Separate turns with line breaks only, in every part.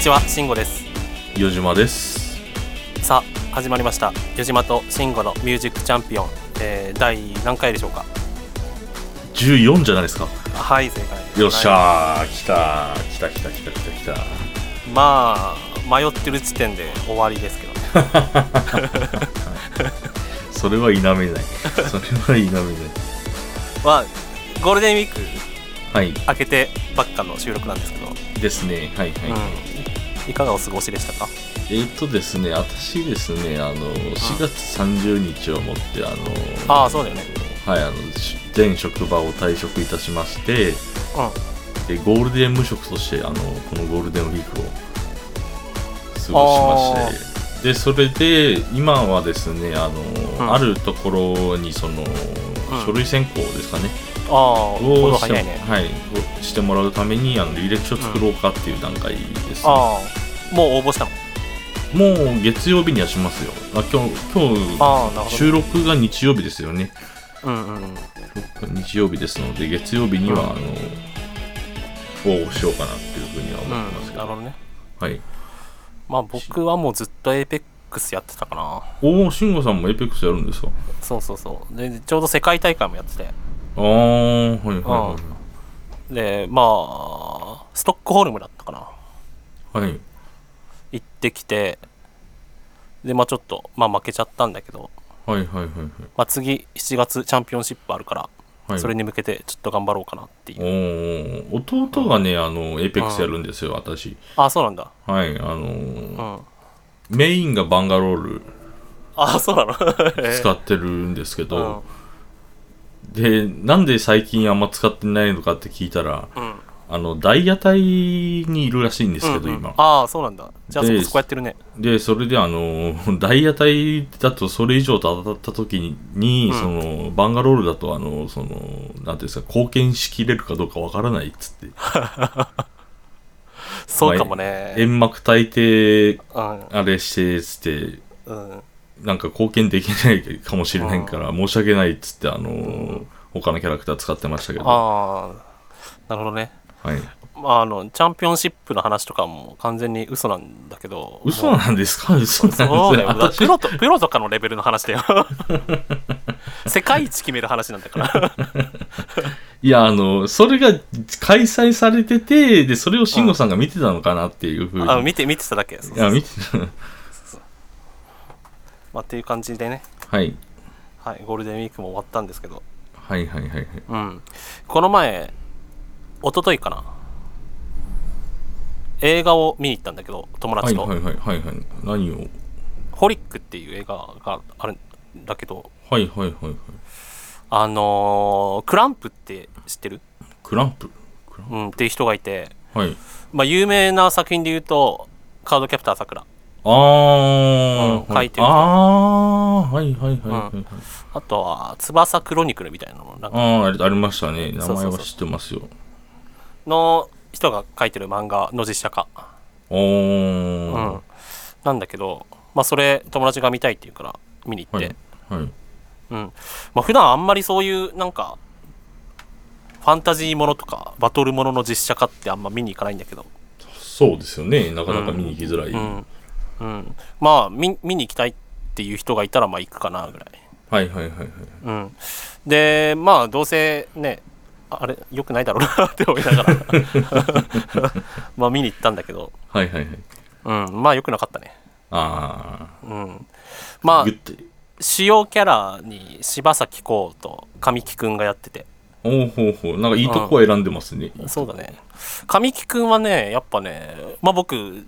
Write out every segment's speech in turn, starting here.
ちは、慎吾です。
四島です。
さあ、始まりました。矢島と慎吾のミュージックチャンピオン、えー、第何回でしょうか。
14じゃないですか。
はい、正解です。
よっし
は
ゃー、来たー、来た来た来た来た来た。
いまあ、迷ってる時点で終わりですけどね。
それは否 めない。それは否めない。
まあ、ゴールデンウィーク
はい、
明けてばっかの収録なんですけど、
ですね。はいはい。
うん、いかがお過ごしでしたか
えーっとですね、私ですね、あの、4月30日をもって、あの、
ああ、そうだよね。
はい、あの、し全職場を退職いたしまして、
う
でゴールデン無職としてあのこのゴールデンウィークを過ごしましてでそれで今はですねあの、
ん
あるところにその、書類選考ですかね
ん。ああ、行動
をして,、
早いね。
はい、をしてもらうためにあの履歴書作ろうかっていう段階です、
ああ、もう応募したの。
もう月曜日にはしますよあ今日今
ああ、なるほど。
日収録が日曜日ですよね
うんうんうん。
日曜日ですので月曜日には、
う
あの応募しようかなっていうふうには思ってます
うん、
け
な
ど、
るほどね。
はい
まあ、僕はもうずっと APEX やってたかな。
おお、慎吾さんもエイペックスやるんですか
そうそうそうでちょうど世界大会もやってて
ああ、はいはいは。
でまあストックホルムだったかない
はい。
行ってきてでまあちょっとまあ負けちゃったんだけど、
はいはいはい
まあ、次7月チャンピオンシップあるから、
はい。
それ
に。
に向けてちょっと頑張ろうかなってい
お
う
ー弟がね、あの、エイペックスやるんですよ、私。
あそうなんだ
はい、あの
う
ー、
ん
メインがバンガロール
あそう なの
使ってるんですけ
う
ど、で、なんで最近あんま使ってないのかって聞いたら、
んうん
あの、ダイヤ隊にいるらしいんですけ
うん
ど、
うん
今。
ああそうなんだじゃあそ
で
こそこやってるね
で、それであの ー、ダイヤ隊だとそれ以上と当たった時に、に
うん
その、バンガロールだとあの、その、なんていうんですか、貢献しきれるかどうかわからないっつって、
そうかもね、
煙幕焚いて、
うん
あれして、つって、
うん、
なんか貢献できないかもしれないから、申し訳ないっつって、あのー、他のキャラクター使ってましたけど、は
ああなるほどね
い。
まあ、あのチャンピオンシップの話とかも完全に嘘なんだけど
嘘
もう
なんですか嘘なんです
そうだよだから
私
プロとプロとかのレベルの話だよ 世界一決める話なんだから
いや、あの、それが開催されてて、で、それを慎吾さんが見てたのかなっていうふうに。
あの見て見てただけそうそ
い
う
や、
そう
見てた。
まあ、っていう感じでね、
はい。
はい、ゴールデンウィークも終わったんですけど、
はいはいはいはい。
うん、この前一昨日かな映画を見に行ったんだけど友
はい
達と、
はいはいはいはい。何を
ホリック」っていう映画があるんだけど
はいはいはいはい。
あのークランプって知ってる、
クランプ。クラン
うん、っていう人がいて
プはい。
まあ、有名な作品で言うと、カードキャプターさくら。
あー、
うん書いてる人
あー、はいはいはいはいはい。
あとは、翼クロニクルみたいなのなんか
あーあれ、ありましたね。名
そう
前
そうそう
は知ってますよ。
の人が書いてる漫画の実写化。
おー。
う
は
ん。なんだけど、まあ、それ、友達が見たいっていうから、見に行っ
い。
て。
はい。
うん。まあ、普段あんまりそういう、なんか、ファンタジーものとか、バトルものの実写化ってあんま見に行かないんだけど。
そうですよね。なかなか見に行きづらい。
うん。うん。まあ、見見に行きたいっていう人がいたら、まあ、行くかな、ぐらい。
はいはいはいはい。
うん、でまあどうせねああれよくないだろうなって思いなが らまあ見に行ったんだけど、
はいはいはい。
うん、まあよくなかったね、
あ
うん、
ー。
まあ
グッて。
主要キャラに柴咲コウと神木くんがやってて
おーほうほう。なんかいいとこ選んでますね。
そうだね神木くんはねやっぱねまあ僕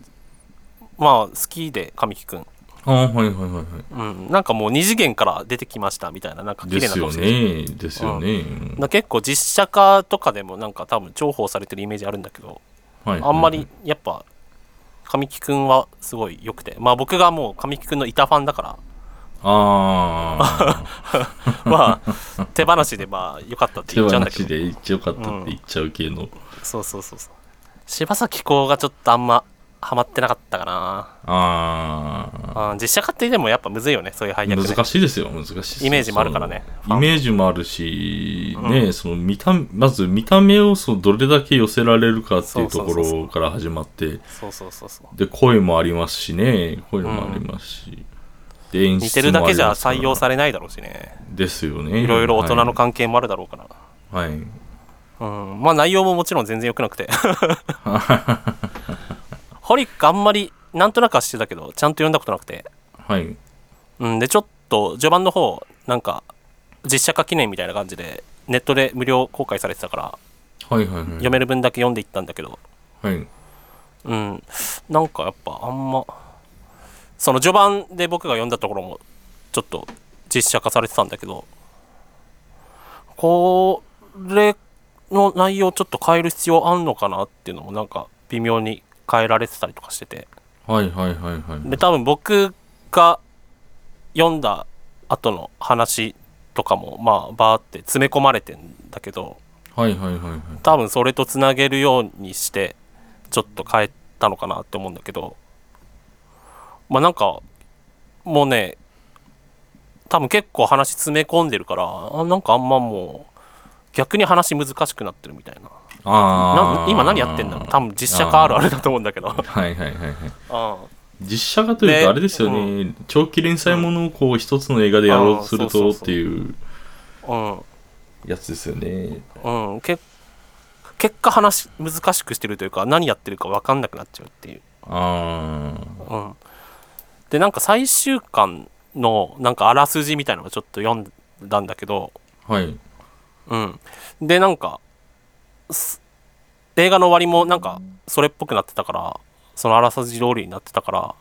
まあ好きで神木くん、
あー、はいはいはいは
うん、なんかもう二次元から出てきましたみたいななんか
い。
綺麗
で
な
す
顔
よ
してる
ね。ですよね。うん
な結構実写化とかでもなんか多分重宝されてるイメージあるんだけど
はい
あんまり。やっぱ神木くんはすごい良くてまあ僕がもう神木くんの板ファンだか
あー。
らまあ 手放しでまあ良かったって
手
言っちゃうんだ
放
け
し
ど
で一応買ったって言っちゃう系の。
そうそうそうそう柴咲コウがちょっとあんまハマってなかったかな、
あ
うん、実写化ってでもやっぱむずいよねそういう配
ー
役、ね、
難しいですよ難しいです
イメージもあるからね
そのイメージもあるし、
うん
ねその見たまず見た目をそのどれだけ寄せられるかっていうと
そ
こ
うそうそうそ
ろ
う
から始まって
そうそうそうそう
で声もありますしね声もありますし、で演出もあります
似てるだけじゃ
から
採用されないだろうしね
ですよね
いろいろ大人の関係もあるだろうから、
はい、はい
うん、まあ内容ももちろん全然良くなくてホリックあんまりなんとなくはしてたけどちゃんと読んだことなくて、
はい
うん、でちょっと序盤の方なんか実写化記念みたいな感じでネットで無料公開されてたから
はいはいはい
読める分だけ読んでいったんだけど、
はい
うん、なんかやっぱあんまその序盤で僕が読んだところもちょっと実写化されてたんだけどこれの内容ちょっと変える必要あんのかなっていうのもなんか微妙に変えられてたりとかしてて
はいはいはいはい
で多分僕が読んだ後の話とかもまあバーって詰め込まれてんだけど
はいはいはいはい
多分それとつなげるようにしてちょっと変えたのかなって思うんだけどまあなんかもうね多分結構話詰め込んでるからあなんかあんまもう逆に話難しくなってるみたいな
あ
な
あ
今何やってんだろう多分実写化あるあるだと思うんだけど
はいはいはいはい
うん
実写化という
で
かあれですよね、長期連載ものをこう一つの映画でやろうとする
あーそ
と
う
っ
そうそう
ていう
うん
やつですよね
うん、け結果話難しくしてるというか何やってるか分かんなくなっちゃうっていう、
あ
うん、でなんか最終巻のなんかあらすじみたいなのをちょっと読んだんだけど、
あはい
うん、でなんかす映画の終わりもなんかそれっぽくなってたからそのあらすじ通りになってたから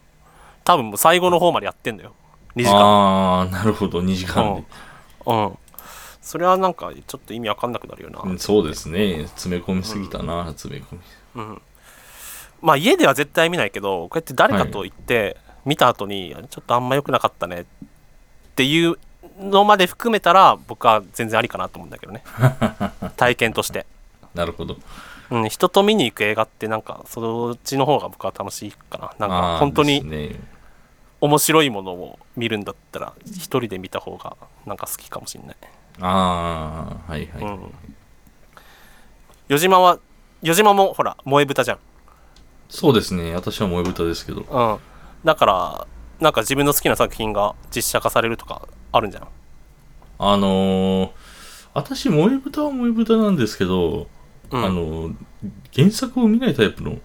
多分もう最後の方までやってんだよ2時間
ああなるほど2時間で、
うんそれはなんかちょっと意味わかんなくなるよな、
うんそうですね詰め込みすぎたな、詰め込み
うん、まあ家では絶対見ないけどこうやって誰かと行って見た後にちょっとあんま良くなかったねっていうのまで含めたら僕は全然ありかなと思うんだけど ね体験として、
なるほど
うん、人と見に行く映画ってなんかそっちの方が僕は楽しいかななん
あ
か
ー
本当
で
に
すね
面白いものを見るんだったら一人で見た方がなんか好きかもしれない、
ああはいはい、
うん、余島は余島もほら萌え豚じゃん
そうですね私は萌え豚ですけど
うん、だからなんか自分の好きな作品が実写化されるとかあるんじゃん
あのー私萌え豚は萌え豚なんですけど、
うん
あのー原作を見ないタイプの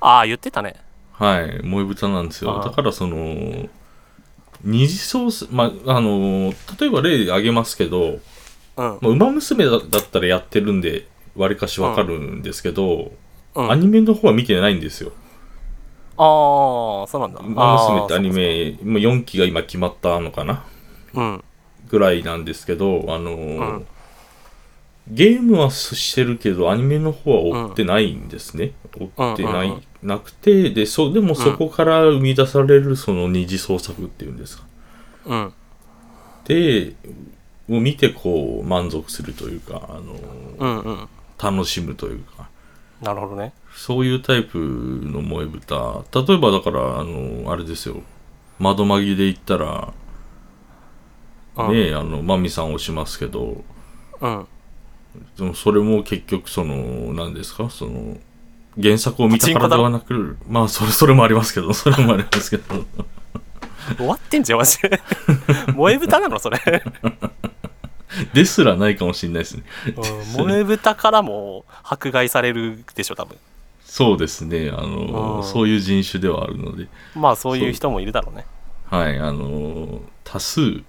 ああ言ってたね
はい、萌え豚なんですよ。
あー
だからその、二次創作、まあ、あの、例えば例挙げますけど、
うん
まあ、馬娘だだったらやってるんで、わりかしわかるんですけど、
うん
ア
あ
ニメの方は見てないんですよ。
あーそうなんだ
馬娘ってアニ
メ
メ、もう4期が今決まったのかな
うん
ぐらいなんですけど、あの、
ん
ゲームはしてるけど、アニメの方は追ってないんですね。追ってない、
うんうん
なくて、で、そう、でもそこから生み出されるその二次創作っていうんですか。
うん
でを見てこう満足するというか、あの
うんうん
楽しむというか
なるほどね
そういうタイプの萌え豚例えばだからあのあれですよ窓まぎで言ったら
うん
ねえあのマミさんをしますけど
うん
でもそれも結局その何ですかその原作を見たからではなくまあそれそれもありますけど それもありますけど
終わってんじゃんマジで 萌え豚なのそ れ、
ですらないかもしれないですね
うん、萌え豚からも迫害されるでしょ多分
そうですねあの
うん
そういう人種ではあるので
まあそういう人もいるだろうね
はい、あのー多数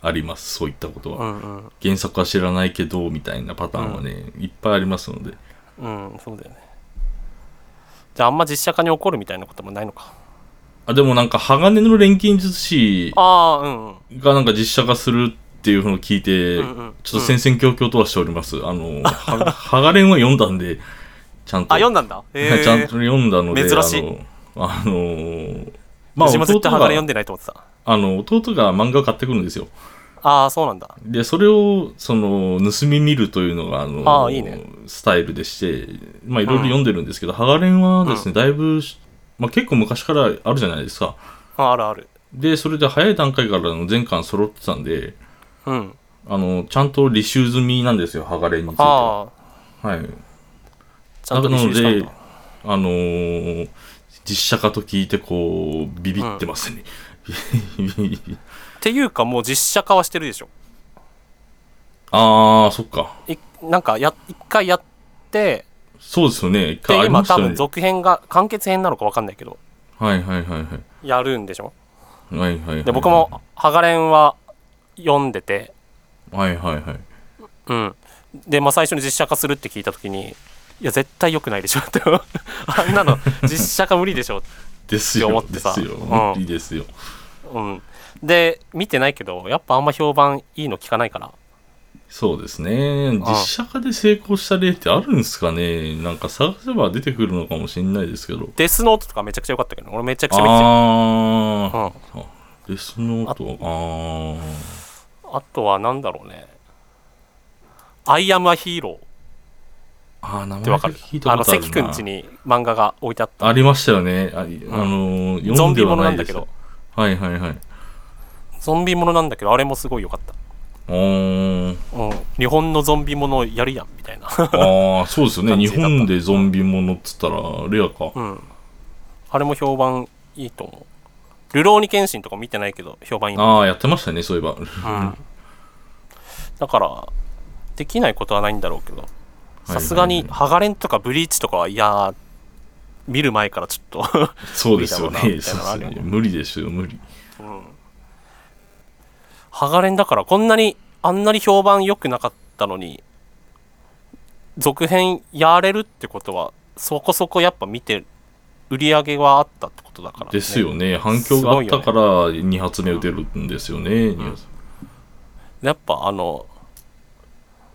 あります、そういったこと
う
は。
んうん
原作は知らないけど、みたいなパターンはね、いっぱいありますので。
うんそうだよねじゃああんま実写化に怒るみたいなこともないのか
あ、でもなんか、鋼の錬金術師
ああうんうん
がなんか実写化するっていうのを聞いて、
うんうん
ちょっと戦々恐々とはしております。あのー、は鋼は読んだんで、ちゃんと。
あ読んだんだへ
はい
え
ちゃんと読んだので、
珍しい
あのー、あのー
ま
まあ、
あ、も絶
弟
対鋼読
が
ん、でないと思ってた。
あの、弟が漫画を買ってくるんですよ。
ああ、そうなんだ。
で、それを、その、盗み見るというのが、あの、
あーいいね
スタイルでして、まあ、いろいろ読んでるんですけど、ハガレンはですね、だいぶ、まあ、結構昔からあるじゃないですか
ああるある
でそれで早い段階からの全巻揃ってたんで
うん
あのちゃんと履修済みなんですよ剥がれについては
ああ
はい
ちゃんと
な
履
の
修したん
で
だ
あのー実写化と聞いてこうビビってますね、
っていうかもう実写化はしてるでしょ
ああそっか
いなんかや一回やって
そうですよね一回あ
で
りま
今
した
多
よ
分
ね
続編が完結編なのか分かんないけど
はいはいはいはい
やるんでしょ
はいはいはい
で僕も「ハガレン」は読んでて
はいはいはい
うんで、まあ、最初に実写化するって聞いた時にいや絶対良くないでしょって あんなの実写化無理でしょ、
ですよ
って思ってさ
ですよ、
うん
いいですよ
うん、で見てないけどやっぱあんま評判いいの聞かないから
そうですね実写化で成功した例ってあるんですかねなんか探せば出てくるのかもしれないですけど
デスノートとかめちゃくちゃ良かったけど俺めちゃくちゃ見て
あ
たよ、うん、
あデスノートあ
あとは何だろうね「アイアム・ア・ヒーロー」
あああ名
って
前
わかる
聞いた
あの
ことあるな
関君家に漫画が置いてあった
ありましたよねあ、あのー
ゾ
読
ン
ん
ビ
で
も
は
のな
なんい
だ
で
け
す
ど
はいはいはい
ゾンビものなんだけどあれもすごい良かった
あ ー
うん、日本のゾンビものやるやんみたいな、
あーそうですよね
感じ
日
だった
本でゾンビものっつったらレアか、
うん、あれも評判いいと思うルローニケンシンとか見てないけど評判いいな
ああやってましたねそういえば、
うん、だからできないことはないんだろうけどさすがにハガレンとかブリーチとかはいやー見る前からちょっと
そうですよね
無理だ
そ
ろうなみたいなのあ
うで
るよ
す
ね
ね無理ですよ無理
ハガレンだからこんなにあんなに評判良くなかったのに続編やれるってことはそこそこやっぱ見て売り上げはあったってことだから、
ですよね反響があったから2発目打てるんですよね二発
やっぱあの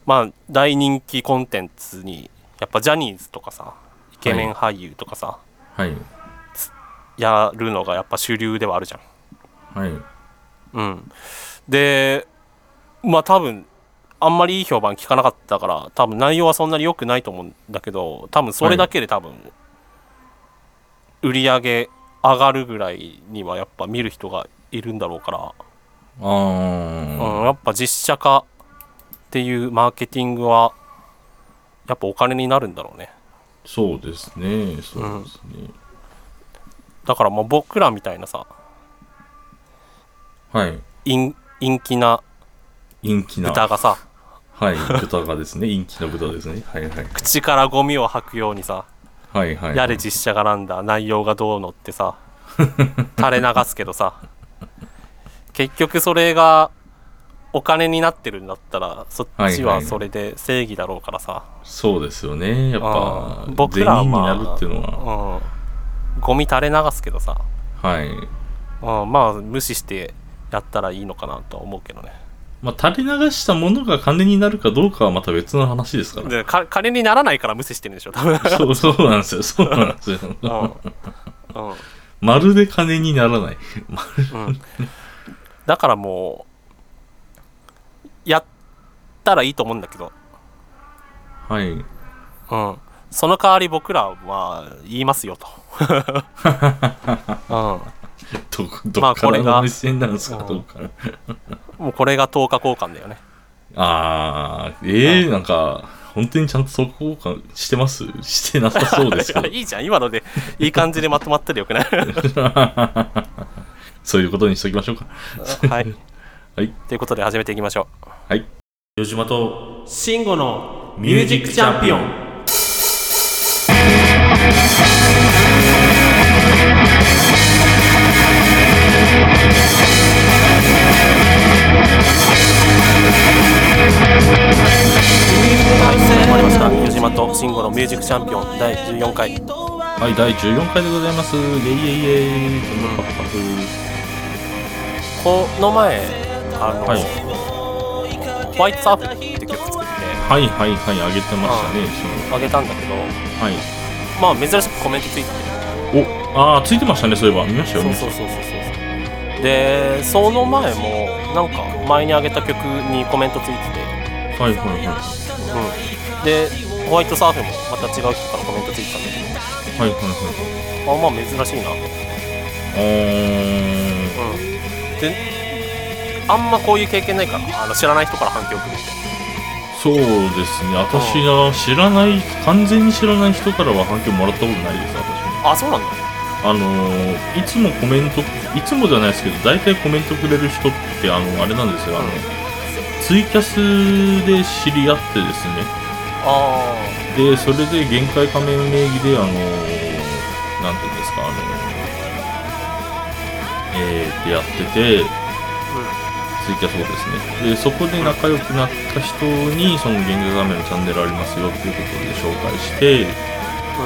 まあ大人気コンテンツにやっぱジャニーズとかさイケメン俳優とかさ、
はい
やるのがやっぱ主流ではあるじゃん。
はい
うん、でまあ多分あんまりいい評判聞かなかったから多分内容はそんなに良くないと思うんだけど多分それだけで多分売り上げ上がるぐらいにはやっぱ見る人がいるんだろうから。
あー
うん、やっぱ実写化っていうマーケティングはやっぱお金になるんだろうね
そうですねそうですね、
だからもう僕らみたいなさ
はい
陰陰気な
陰気な
豚がさ
はい豚がですね 陰気な豚ですねはいはい
口からゴミを吐くようにさ
はいはい
やれ実写化なんだ内容がどうのって さ垂れ流すけどさ結局それがお金になってるんだったらそっち
はい
は
はい
それで正義だろうからさ、
そうですよねやっぱ
うん
全
僕
員
らは
に
まあ
なるっていうのは、
うん、ゴミ垂れ流すけどさ
はい
あまあ無視してやったらいいのかなとは思うけどね
まあ垂れ流したものが金になるかどうかはまた別の話ですから
でか 金にならないから無視してるんでしょ 多分
そうそうなんですよそうなん ですよ
うん、うん
まるで金にならない
うん、だからもうやったらいいと思うんだけど、
はい
うん、その代わり僕らは言います よと、う
どこど
まあ
っか
こ
ら
れが
の目線なんですか、
うん
どっから。
ん、もうこれが10日交換だよね
あー、えー、なんか、本当にちゃんとそこかしてます してなさそうですけど
いや、いいじゃん今のでいい感じでまとまってるよ くない
そういうことにしときましょうか。
はい、
はい、
ということで始めていきましょう
はい。よじまと、
慎吾の
ミュージックチャンピオン
はい、始まりました。湯島と慎吾のミュージックチャンピオン第14回。
はい、第14回でございます。イェイイェイイェイ。パクパク
この前、あの、
はい
ホワイトサーフって曲作って
はいはいはい、あげてましたね。
あげたんだけど、
そのはい。
まあ珍しくコメントついてて。
お、あー、ついてましたね、そういえば。見ましたよ、
そう
見
そう
ま
そ
し
うそうそうそう。で、その前も、なんか前にあげた曲にコメントついて
た。はいはいはい。
て、うん。で、ホワイトサーフもまた違う人からコメントついてたんだけど、
はいはいはい。
あまあ珍しいな
うん
うんであんまこういう経験ないからあの知らない人から反響来るって
そうですね私は知らない完全に知らない人からは反響もらったことないです私も
あそうなんだ
あのーいつもコメントいつもじゃないですけど大体コメントくれる人ってあのあれなんですよあの、
うん
ツイキャスで知り合ってですね
あ
でそれで限界仮面名義であのーなんていうんですかあのーえー、ってやってて
あ
ツイキャスをですねでそこで仲良くなった人にその限界仮面のチャンネルありますよっていうことで紹介して
うんう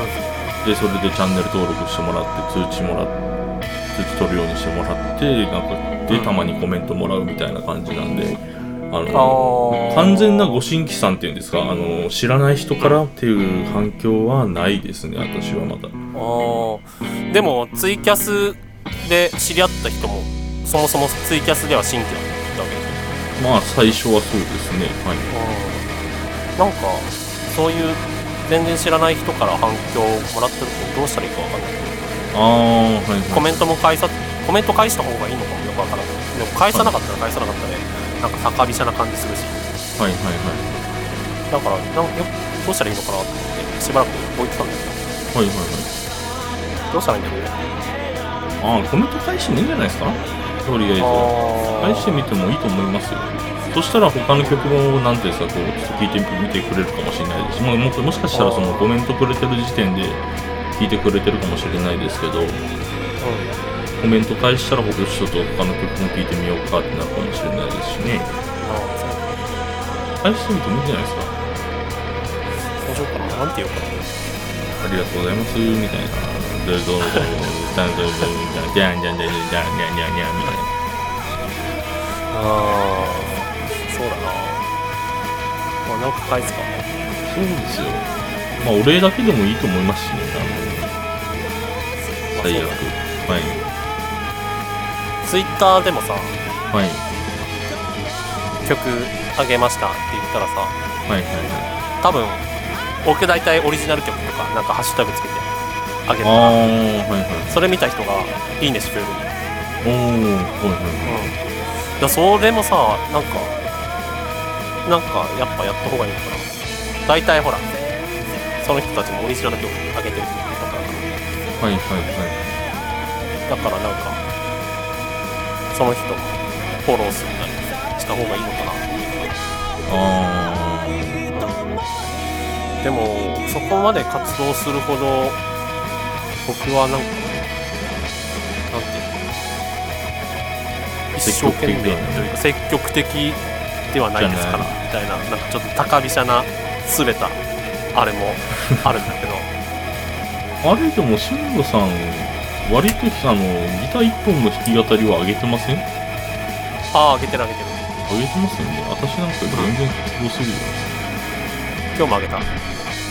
ん
でそれでチャンネル登録してもらって通知もらっ通知取るようにしてもらってなんかでたまにコメントもらうみたいな感じなんであの
ああ
完全なご新規さんっていうんですかあの知らない人からっていう反響はないですね私はまだ
あーでもツイキャスで知り合った人もそもそもツイキャスでは新規だったわけでし
まあ最初はそうですねは
ょ
い
なんかそういう全然知らない人から反響をもらってるとどうしたらいいかわかんない
ああーはい
コ
は
メントも返さコメント返した方がいいのかもよくわからないでも返さなかったら返さなかったでなんか高飛車な感じするし
いはいはい
だ
は
からなんよどうしたらいいのかなと思ってしばらく置いてたんだけ
いはいはい
どどうしたらいいんだろうね
ああコメント返してもいいんじゃないですかとりあえず
あ
は
ー
返してみてもいいと思いますよそしたら他の曲も何ていうんですかこうちょっと聞いてみてくれるかもしれないですし、まあ、ももしかしたらそのコメントくれてる時点で聞いてくれてるかもしれないですけど
うん
コメント返したら僕ちょっと他の曲も聞いてみようかってなるかもしれないですしね
あー
返してみてもいいんじゃないですか
そうしようかななんて言おうかな
ありがとうございますみたいなどうぞどうぞじゃんじゃんじゃんじゃんじゃんじゃんじゃんじゃんじゃんじゃんじゃんみたいな
ああそうだなまあなんか返すか
そうですよまあお礼だけでもいいと思いますしねあの最悪はい
ツイッターでもさ
はい
曲あげましたって言ったらさ
はいはいはい。
多分僕大体オリジナル曲とかなんかハッシュタグつけてあげ
ああ、
た
はいはい。
それ見た人が「いいね」してくれる
おお、はいはい。
うんだそれもさなんかなんかやっぱやった方がいいのかな大体ほらその人たちもオリジナル曲あげてるとか
はいはいは
だからなんかその人をフォローするなりした方がいいのか
い。あ
なでもそこまで活動するほど僕はなんかなんていうの一生懸命というか積極的ではないですからみ
じ
たいななんかちょっと高飛車な滑ったあれ もあるんだけど
あ。あれでも、慎吾さん、割とあの、ギター一本の弾き語りは上げてません上げ
ああ上げてる上げてる
てますよね。私なんか全然活動するよ。
今日も上げた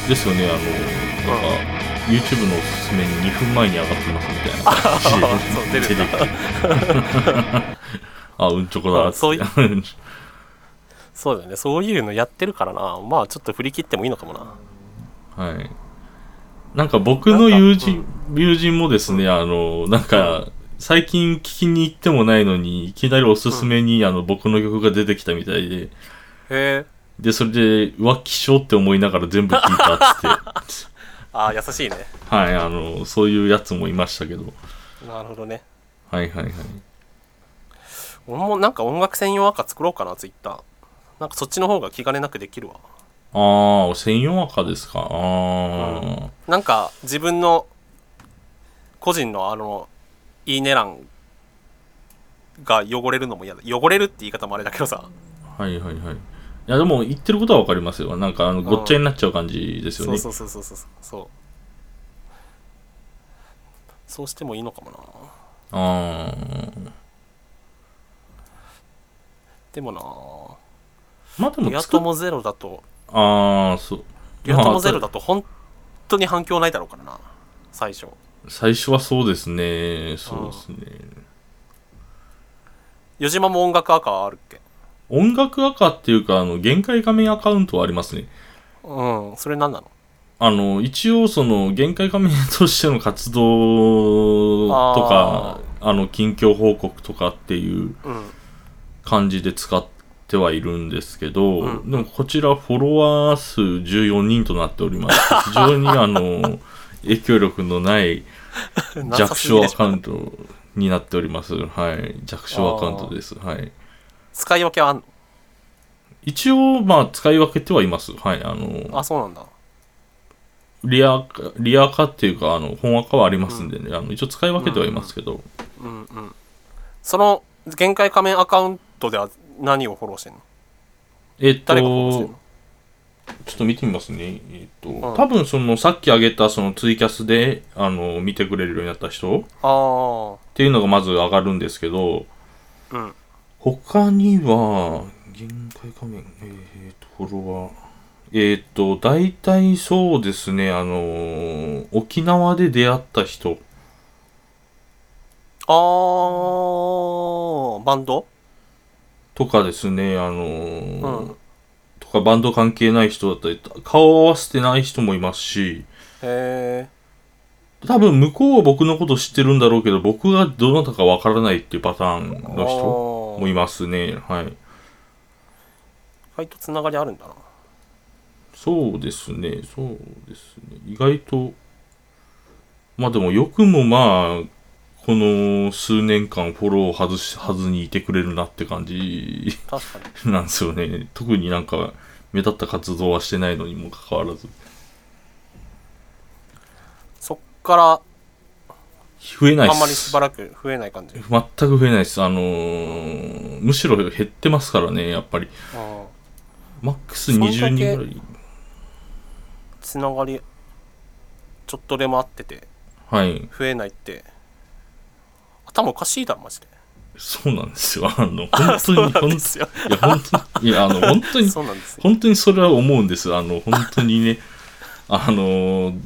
ですよね、あの、なんか、YouTube のおすすめに2分前に上がってますみたいな感
あ
じで。
そう出るんだ
出てくるあ、うんちょこだ。
そうい
つって
そうだよねそういうのやってるからなまあちょっと振り切ってもいいのかもな
はい。なんか僕の友人、友人もですね、あの、なんか、最近聞きに行ってもないのに、いきなりおすすめに、あの、僕の曲が出てきたみたいで、
へえ
で、それで、浮気しようって思いながら全部聞いたっつって、
ああ優しいね
はい、あの、そういうやつもいましたけど、
なるほどね
はいはいはい。
俺もなんか音楽専用アカ作ろうかなツイッターなんかそっちの方が気兼ねなくできるわ
ああ、専用赤ですか。ああ、
なんか自分の個人のあのいいね欄が汚れるのも嫌だ汚れるって言い方もあれだけどさ
はいはいはい。いや、でも言ってることはわかりますよ。なんか、あの、ごっちゃになっちゃう感じですよ
そ
ね
う。そうそうそうそうそうそうしてもいいのかもな
ああ。
でもな
まあで
リ
も
ア
作っ、
友ゼロだと
ああ、そう。
リア友ゼロ
まあ
だと本当に反響ないだろうからな最初
最初はそうですね。そうですね。
余島も音楽アカあるっけ
音楽赤っていうか、あの、限界画面アカウントはありますね。
うんそれ何なの
あの、一応その、限界仮面としての活動とか、あの、近況報告とかっていう
うん
感じで使ってはいるんですけど、
うん
でもこちらフォロワー数14人となっており まして、非常にあの、影響力のない弱小アカウントになっております。はい。弱小アカウントです。はい。
使い分けはあんの
一応、まあ、使い分けてはいます。はい。あの、
あそうなんだ
リアカ、リアカっていうか、あの、本アカはありますんでね、あの、一応使い分けてはいますけど、
うんうんその限界仮面アカウントでは何をフォローしてんの
えっと、
誰がフォローしてん
ち
の
ょっと見てみますね。えっと、
ん
多分その、さっきあげたそのツイキャスで、あの、見てくれるようになった人っ
あ
ていうのがまず上がるんですけど、
あうん
他には、限界仮面、えっと、フォロワー。えっと、大体そうですね、あの、沖縄で出会った人。
あーバンド
とかですね、あ
う
の
ん、
ーとかバンド関係ない人だったり、顔を合わせてない人もいますし、
へえ
多分向こうは僕のこと知ってるんだろうけど、僕がどなたかわからないっていうパターンの人もいますね。はい。
意外とつながりあるんだな
そうですね、そうですね。意外と、まあでもよくもまあ、この数年間フォローを外し、はずにいてくれるなって感じ
確かに
なんですよね。特になんか目立った活動はしてないのにもかかわらず。
そっから
増えないっ
あ
す
んまりしばらく増えない感じ
全く増えないです。あのーむしろ減ってますからね、やっぱり。
あ
マックス
そんだけ
20人ぐらい。
ーつながりちょっとでもあってて
はい。
増えないって頭おかしいだろマジで
そうなんですよ。あの、本当に、
そうなん
本
ですよ
当いや、本当に、いや、あの、本当に、
そうなんですよ
本当にそれは思うんです。あの、本当に ね、あのー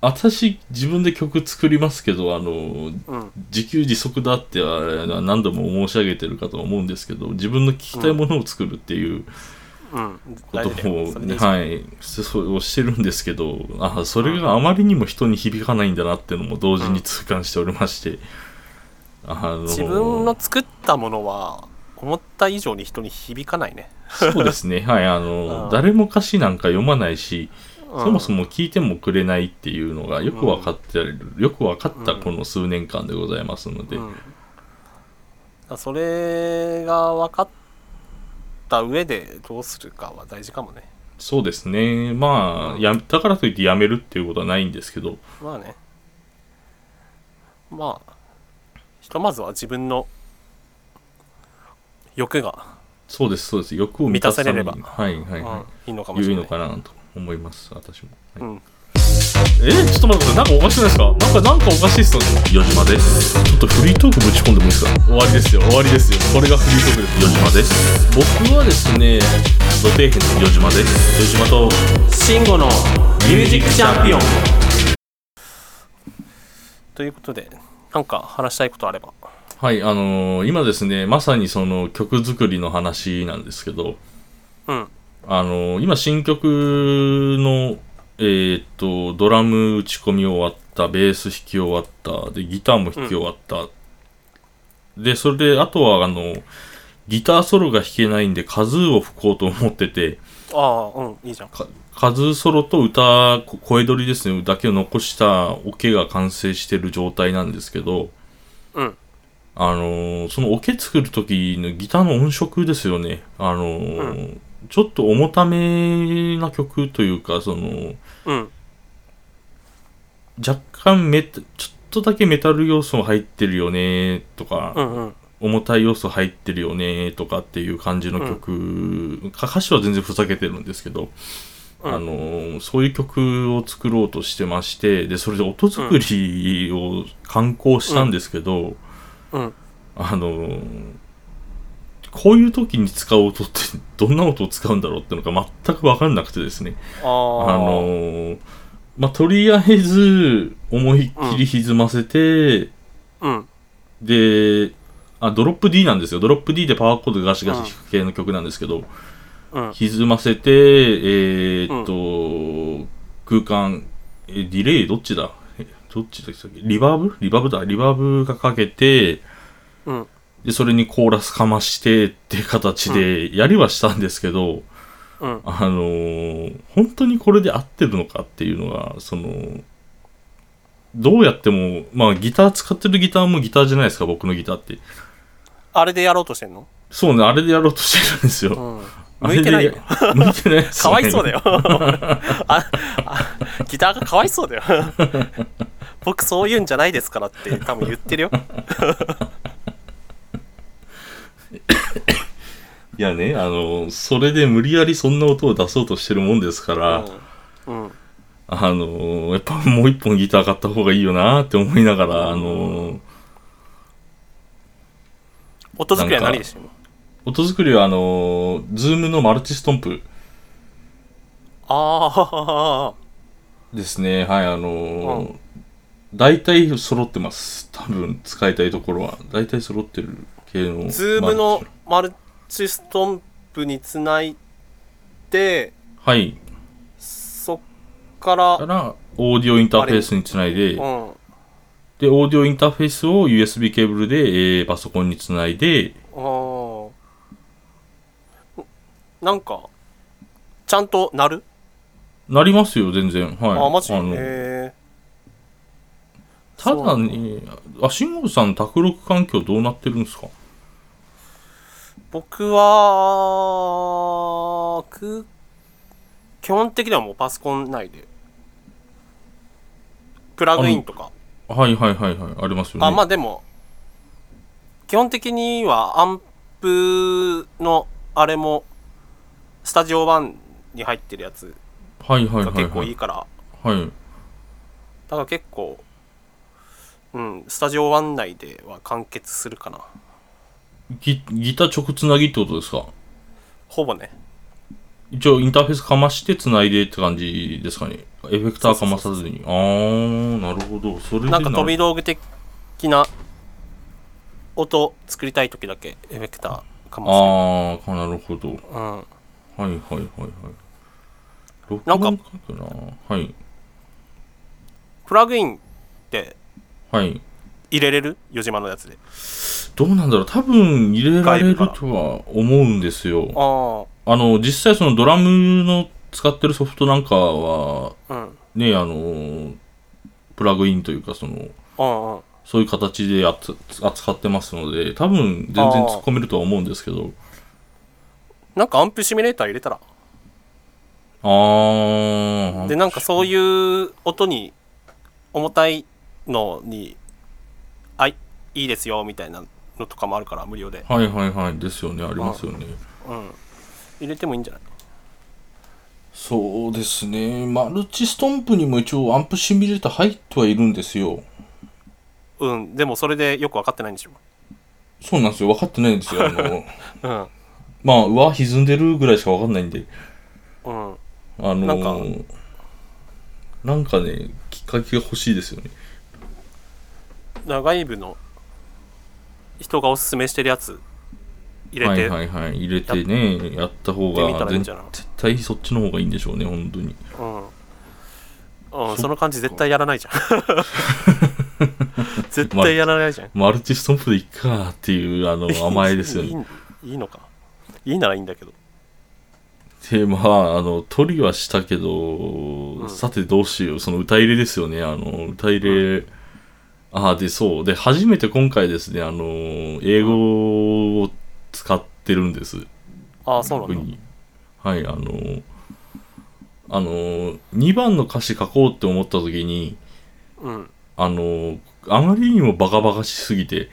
私、自分で曲作りますけど、あのー
うん
自給自足だってあれ何度も申し上げてるかと思うんですけど、自分の聞きたいものを作るっていう、
うん
こ
大
と
丈夫だよ
を
それで
ね、
いいじゃん
はい、そそうをしてるんですけどあ、それがあまりにも人に響かないんだなっていうのも同時に痛感しておりまして、あの
自分の作ったものは思った以上に人に響かないね
そうですね、はい、あの、
うん
誰も歌詞なんか読まないし、
うん
そもそも聞いてもくれないっていうのがよく分かってる、よく分かった
うん
この数年間でございますので、
うん、だからそれが分かった上でどうするかは大事かもね
そうですね、まあ、やだからといってやめるっていうことはないんですけど、
まあねまあひとまずは自分の欲が、
そうです、そうです、欲を満たすために
満
はい、はい、
うん
はい
いのかも
良
し
い
れ
の
ない
かなと思います、私も。はい
うん、
えちょっと待ってください。なんかおかしくないですかなんか、なんかおかしいっすよね。4時まで。ちょっとフリートークぶち込んでもいいですか終わりですよ。終わりですよ。これがフリートークです。4時まで。僕はですね、土底辺の4時まで。4時まと、
慎吾の
ミュージックチャンピオン。
ということでなんか話したいことあれば
はい、あのー今ですね、まさにその曲作りの話なんですけど、
うん
あのー今新曲の、えーっと、ドラム打ち込み終わった、ベース弾き終わった、で、ギターも弾き終わった。で、それで、あとは、あの、ギターソロが弾けないんで、カズーを吹こうと思ってて、
ああうんいいじゃん
かカズーソロと歌、こ声取りですね、だけを残したオケが完成してる状態なんですけど、
うん
あのーそのオケ作る時のギターの音色ですよね。あのー
う
ちょっと重ためな曲というか、その、
うん
若干メタ、ちょっとだけメタル要素入ってるよねとか、
うんうん
重たい要素入ってるよねとかっていう感じの曲、か歌詞は全然ふざけてるんですけど、
うん
あのーそういう曲を作ろうとしてまして、で、それで音作りを観光したんですけど、
うん
あのーこういう時に使う音って どんな音を使うんだろうってのが全く分かんなくてですね。
ああ
あのーまあ、とりあえず思いっきり歪ませて、
うん
で、あ、ドロップ D なんですよ。ドロップ D でパワーコードガシガシ弾く系の曲なんですけど、
うん
歪ませて、えーっと、空間、えディレイどっちだえどっちでしたっけリバーブリバーブだ。リバーブがかけて、
うん
で、それにコーラスかましてっていう形でやりはしたんですけど、
うん
あのー本当にこれで合ってるのかっていうのが、その、どうやっても、まあギター使ってるギターもギターじゃないですか、僕のギターって。
あれでやろうとしてんの
そうね、あれでやろうとしてるんです
う
よ。
ん向いて ないよ
あれで。向いてないです
か
ね
わいそうだよ ああギターがかわいそうだよ 僕そういうんじゃないですからって多分言ってるよ
いやね、あの、それで無理やりそんな音を出そうとしてるもんですから、
うんうん
あの、やっぱもう一本ギター買った方がいいよなって思いながら、あの、
音作りは何でしてんの
音作りはあの、ズームのマルチストンプ
あ
ですね、はい、あの、大体揃ってます。多分使いたいところは。大体揃ってる系の。
あズームのマルチストンプにつないで
はい。
そっから
か
う
ら、オーディオインターフェースにつないで、
ん
で、オーディオインターフェースを USB ケーブルで、えーパソコンにつないで、
ああなんかちゃんと鳴る、
なりますよ、全然。はい。
あマジへ
の
え
た
そうな
だ
の
ね、あ、慎吾さんの卓録環境どうなってるんですか
僕はく基本的にはもうパソコン内でプラグインとか
はいはいはいはい、ありますよね。
あまあでも基本的にはアンプのあれもスタジオ1に入ってるやつ
はいはい
が
はい
結構
はい
い
い。
から、
はい。
だから結構うんスタジオ1内では完結するかな
ギギター直つなぎってことですか
ほぼね
一応インターフェースかましてつないでって感じですかねエフェクターかまさずに。あー、なるほど。それで
なんか飛び
る
道具的な音作りたい時だけエフェクターかも
あーか、なるほど。
しれない、うん、
はいはいはいはい。録
なんか
音かくなはい。
プラグインって
はい。
入れれる余島のやつで
どうなんだろう多分入れられるとは思うんですよ。
あ
あの、実際そのドラムの使ってるソフトなんかは、
あうん
ね、あの、プラグインというか、その、
うんうん
そういう形でやつ扱ってますので、多分全然突っ込めるとは思うんですけど、
なんかアンプシミュレーター入れたら
あー、
でなんかそういう音に重たいのにあいいいですよみたいなのとかもあるから無料で、
はいはいはい、ですよね、ありますよね。
うん、入れてもいいんじゃない
そうですね、マルチストンプにも一応アンプシミュレーター入ってはいるんですよ。
うんでもそれでよく分かってないんでしょ
そうなんですよ、分かってないんですよ。あ
う
の
ん
まあ、うわ、歪んでるぐらいしか分かんないんで。
うん
あのー、
な
なんん
か
かねきっかけが欲しいですよね
外部の人がおすすめしてるやつ入れて、
はいはいはい入れてねやった方
やってみた
が
らいいんじゃない
絶対そっちの方がいいんでしょうね本当に
うん、うん、その感じ絶対やら ないじゃん絶対やらないじゃん、
マルチストンプでいっかっていう あの甘えですよね
いいいいのかいいならいいんだけど
でまああの取りはしたけど、
うん
さてどうしようその歌入れですよねあの歌入れ、ああでそうで初めて今回ですねあの英語を使ってるんです
ああそうなんだ
特にはいあのあの2番の歌詞書こうって思った時に
うん、
あのあまりにもバカバカしすぎて、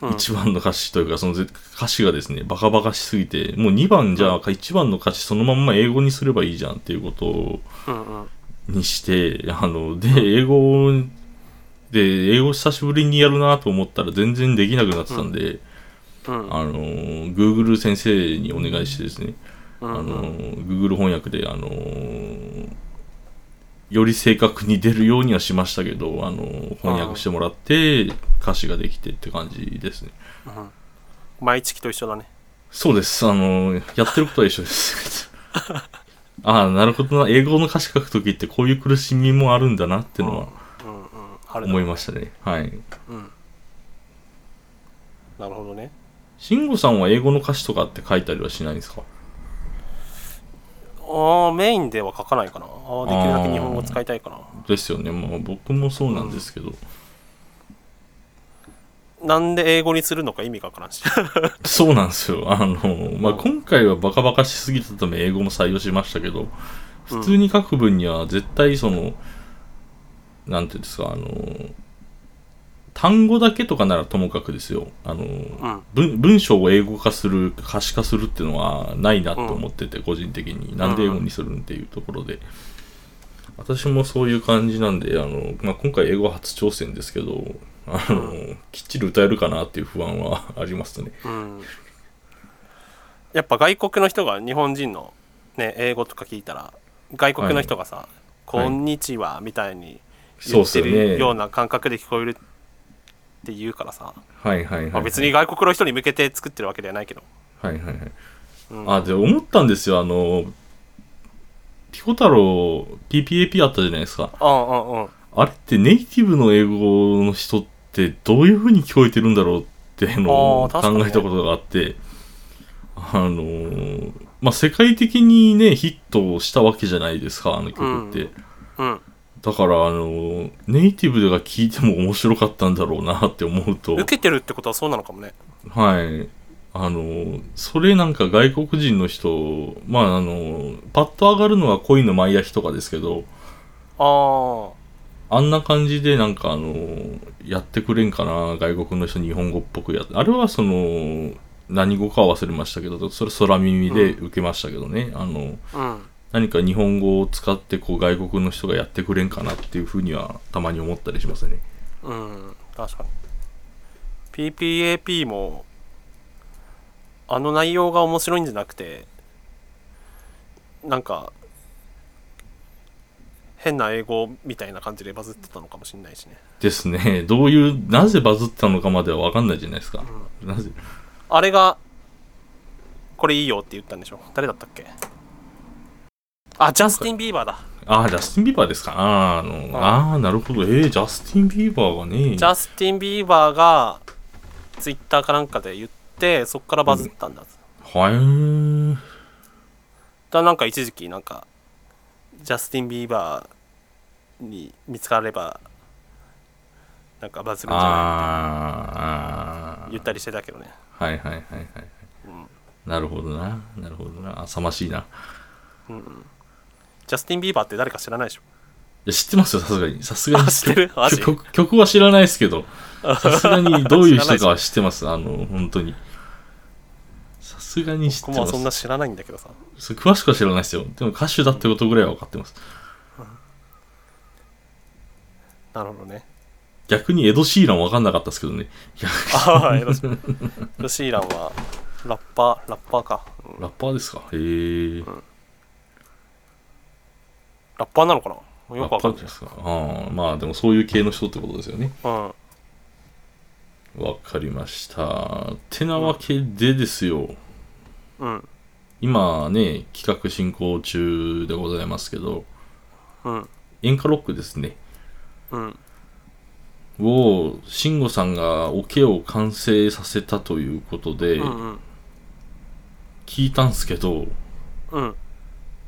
うん、
1番の歌詞というかそのぜ歌詞がですねバカバカしすぎてもう2番じゃあ1番の歌詞そのまんま英語にすればいいじゃんっていうこと
うんうん
にしてあので英語で英語久しぶりにやるなと思ったら全然できなくなってたんで、
うん
あの Google 先生にお願いしてですね
うん
あ
う
の
ん
Google 翻訳であのーより正確に出るようにはしましたけどあのー翻訳してもらって歌詞ができてって感じですね
毎月と一緒だね
そうですあのーやってることは一緒です ああ、なるほどな。英語の歌詞書くときってこういう苦しみもあるんだなってのは
うんうんあるだ
思いましたね。はい。
うんなるほどね
慎吾さんは英語の歌詞とかって書いたりはしないんですか
ああメインでは書かないかなあーできるだけ日本語使いたいかな
ですよね。まあ僕もそうなんですけど。
なんで英語にするのか意味がわからんし
そうなんですよ。あの、まあ
うん
今回はバカバカしすぎたため英語も採用しましたけど、普通に書く分には絶対その、なんていうんですか、あの、単語だけとかならともかくですよ。あの、
うん
文文章を英語化する可視化するっていうのはないなと思ってて、個人的になんで英語にするんっていうところで、私もそういう感じなんであの、まあ、今回英語初挑戦ですけどあの、きっちり歌えるかなっていう不安は ありますね
うんやっぱ外国の人が日本人の、ね、英語とか聞いたら外国の人がさ「こんにちは」みたいに
そう
言
っ
っ
す
て
よね
るような感覚で聞こえるって言うからさ、
はいはい
ま
は
あ、
い
別に外国の人に向けて作ってるわけではないけど、
はいはいはい、
うん、
あで思ったんですよあのピコ太郎 PPAP あったじゃないですか
うんうんうん
あれってネイティブの英語の人ってどういう風に聞こえてるんだろうっていうのを
あー
考
確かにね
えたことがあって、あのーまあ、世界的にね、ヒットしたわけじゃないですか、あの曲って。
うんうん
だから、あのーネイティブが聞いても面白かったんだろうなって思うと、
受けてるってことはそうなのかもね
はい。あのーそれなんか外国人の人、まあ、あのーパッと上がるのは恋の舞い焼きとかですけど、
あー
あんな感じでなんかあのやってくれんかな外国の人日本語っぽくやっあれはその何語かは忘れましたけどそれ空耳で受けましたけどね、あの
うん
何か日本語を使ってこう外国の人がやってくれんかなっていうふうにはたまに思ったりしますね
うん確かに PPAP もあの内容が面白いんじゃなくてなんか変な英語みたいな感じでバズってたのかもしれないしね
ですねどういうなぜバズったのかまでは分かんないじゃないですか、なぜ
あれがこれいいよって言ったんでしょ誰だったっけあジャスティン・ビーバーだ
ああジャスティン・ビーバーですかあーあのあーなるほどえー、ジャスティン・ビーバーがね
ジャスティン・ビーバーがツイッターかなんかで言ってそっからバズったんだ、
はいうん
だなんか一時期なんかジャスティン・ビーバーに見つかればなんかバズるんじゃな
あーあ
い
ー
言ったりしてたけどね
はいはいはいはいはい。なるほどな。なるほどな。浅ましいな。い
ジャスティン・ビーバーって誰か知らないでしょ
や知ってますよ、さすがに。さすがに
あ知ってる
曲
マジ
曲曲は知らないですけど、さすがにどう いう人かは知ってます。あの、本当に。さすがに知って
僕も
ま
そ
す
ん。な知らないんだけどさ
そう詳しくは知らないですよ。でも歌手だってことぐらいは分かってます。
なるほどね
逆にエド・シーラン分かんなかったですけどね。逆に
ああよろしくロシーランはラッパーラッパーか、うん
ラッパーですかへえ。
ラッパーなのかな
ラ
よ
ッ
くわ
パ
か
ー
んない
ですかああ、まあでもそういう系の人ってことですよね。
うん
わかりました。てなわけでですよ。
うん
今ね、企画進行中でございますけど、
うん
演歌ロックですね。
うん
を、慎吾さんがオケを完成させたということで、
うんうん
聞いたんすけど、
うん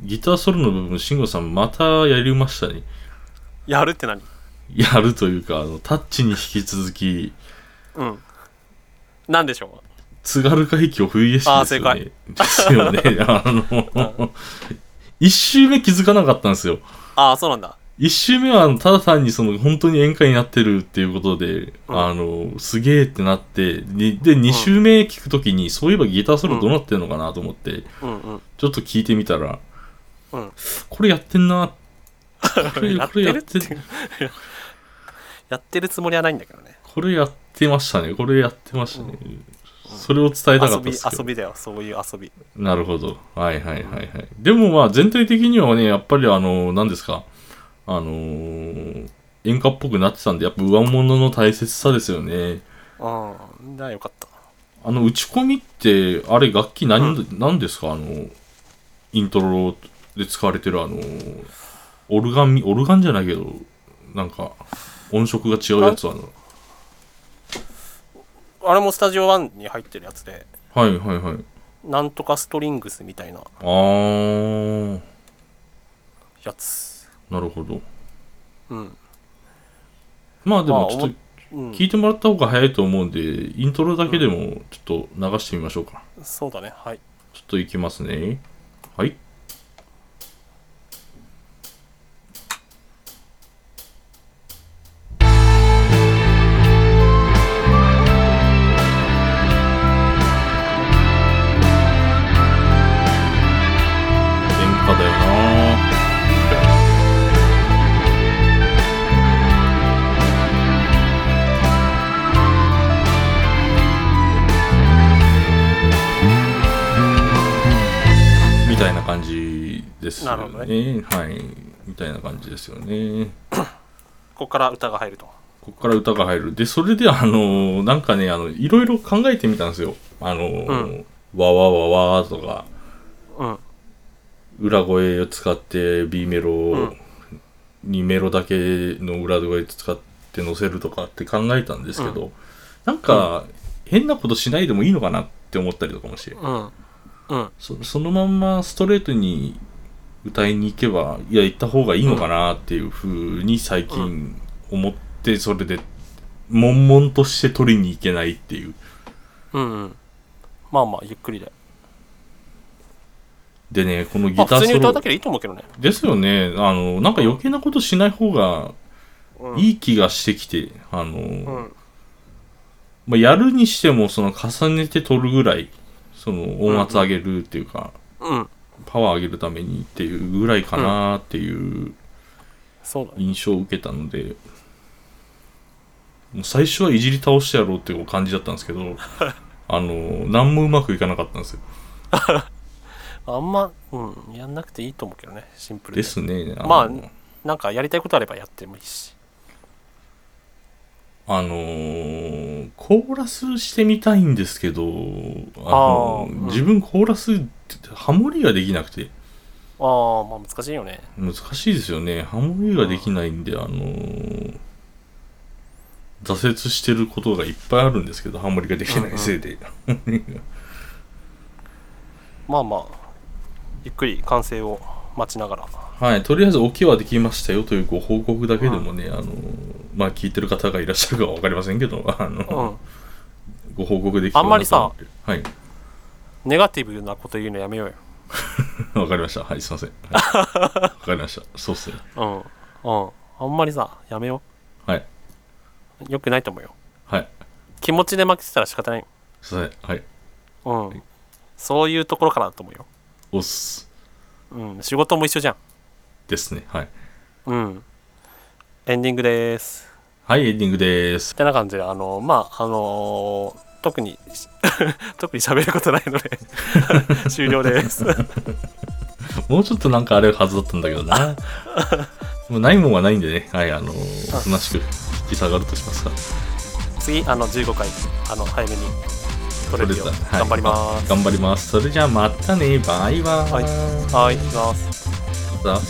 ギターソロの部分、慎吾さんまたやりましたね。
やるって何
やるというか、あのタッチに引き続き、
うんなんでしょ
津軽海峡冬景色ですよね。ですよね。あの、 一周目気づかなかったんですよ。
うああそうなんだ
一周目はあのただ単にその本当に演歌になってるっていうことで、あのすげえってなってにで2周目聞くときに、そういえばギターソロどうなってるのかなと思って、
うんうん
ちょっと聞いてみたら、
うん
これやって んなこれ
やっ
こ
て
れや
る
っ
って
て
いう やってるつもりはないんだけどね
これやってましたねこれやってましたね、それを伝えたかった
遊
ん
び
ですけど
遊びだよそういう遊び
なるほど。はいはいはいはい。でもまあ全体的にはね、やっぱりあの、何ですか、あのー演歌っぽくなってたんで、やっぱ上物の大切さですよね。
うんだよかった
あの、打ち込みって、あれ楽器何、ん、何ですかあの、イントロで使われてるあのーオルガンみオルガンじゃないけどなんか音色が違うやつあの
あれもスタジオ1に入ってるやつで
はいはいはい
なんとかストリングスみたいな
あー
やつ
なるほど
うん、
まあで
まあ
もちょっ
思
と
うん、
聞いてもらった方が早いと思うんでイントロだけでもちょっと流してみましょうか
そうだねはい
ちょっといきますねはい演歌だよなみたいな感じですよ
なるほど
ね。はい。みたいな感じですよね。
ここから歌が入ると
ここから歌が入る。で、それで、あの、なんかね、あの、いろいろ考えてみたんですよ。あの
ん、
わわわわとか、
うん
裏声を使って B メ
う
ロ
ん
にメロだけの裏声使って乗せるとかって考えたんですけど、なんか、変なことしないでもいいのかなって思ったりとかもして。
うんうん
そそのまんまストレートに歌いに行けばいや行った方がいいのかなっていうふうに最
う
近思ってそれで悶々として取りに行けないっていう
うんうんまあまあゆっくりで
でねこのギ
ま
タ
あ普通
ー
に歌う
ソロ
だけでいいと思うけどね
ですよねあのなんか余計なことしない方が
うん
いい気がしてきてあ
う
の、
ん
まあ、やるにしてもその重ねて取るぐらいその音圧上げるっていうか
うん
パワー上げるためにっていうぐらいかなっていう
そうだね
印象を受けたのでもう最初はいじり倒してやろうっていう感じだったんです けどあの何もうまくいかなかったんですよ
あんまうんやんなくていいと思うけどねシンプル
で
です
ねの
まなんかやりたいことあればやってもいいし
あのーコーラスしてみたいんですけどあの
あーうん
自分コーラスハモリができなくて
ああまあ難しいよね
難しいですよねハモリができないんであのー挫折してることがいっぱいあるんですけどハモリができないせいで、
まあまあゆっくり完成を待ちながら
はい、とりあえずおきはできましたよというご報告だけでもね、あのまあ、聞いてる方がいらっしゃるかは分かりませんけど、あ
う
の
ん
ご報告できた
あんまりさ
はい、
ネガティブなこと言うのやめようよ
分かりました、はい、すいません。はい、分かりました、そうっすね。
うんうんあんまりさやめよ
はい、
うよくないと思うよ
はい、
気持ちで負けてたら仕方ない
すいません、はい、
うん、そういうところからだと思うよ
おっす
うん仕事も一緒じゃん
ですね、はい。
うんエンディングです
はい、エンディングです
っ。てな感じであのまああのー特に 特に喋ることないので 終了 です
もうちょっとなんかあれはずだったんだけ どな。もうないもんはないんでね、はい、あのおとなしく引き下がるとしますか。
次あの15回あの早めに取れるよう
はい
頑張ります、
頑張ります。それじゃあまたね、バイバイ。
はいはい、行きます
さあ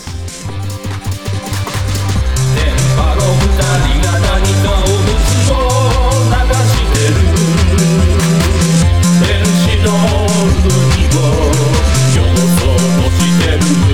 電波の二人が何かを結ぼう流してる天使の海を汚そうとしてる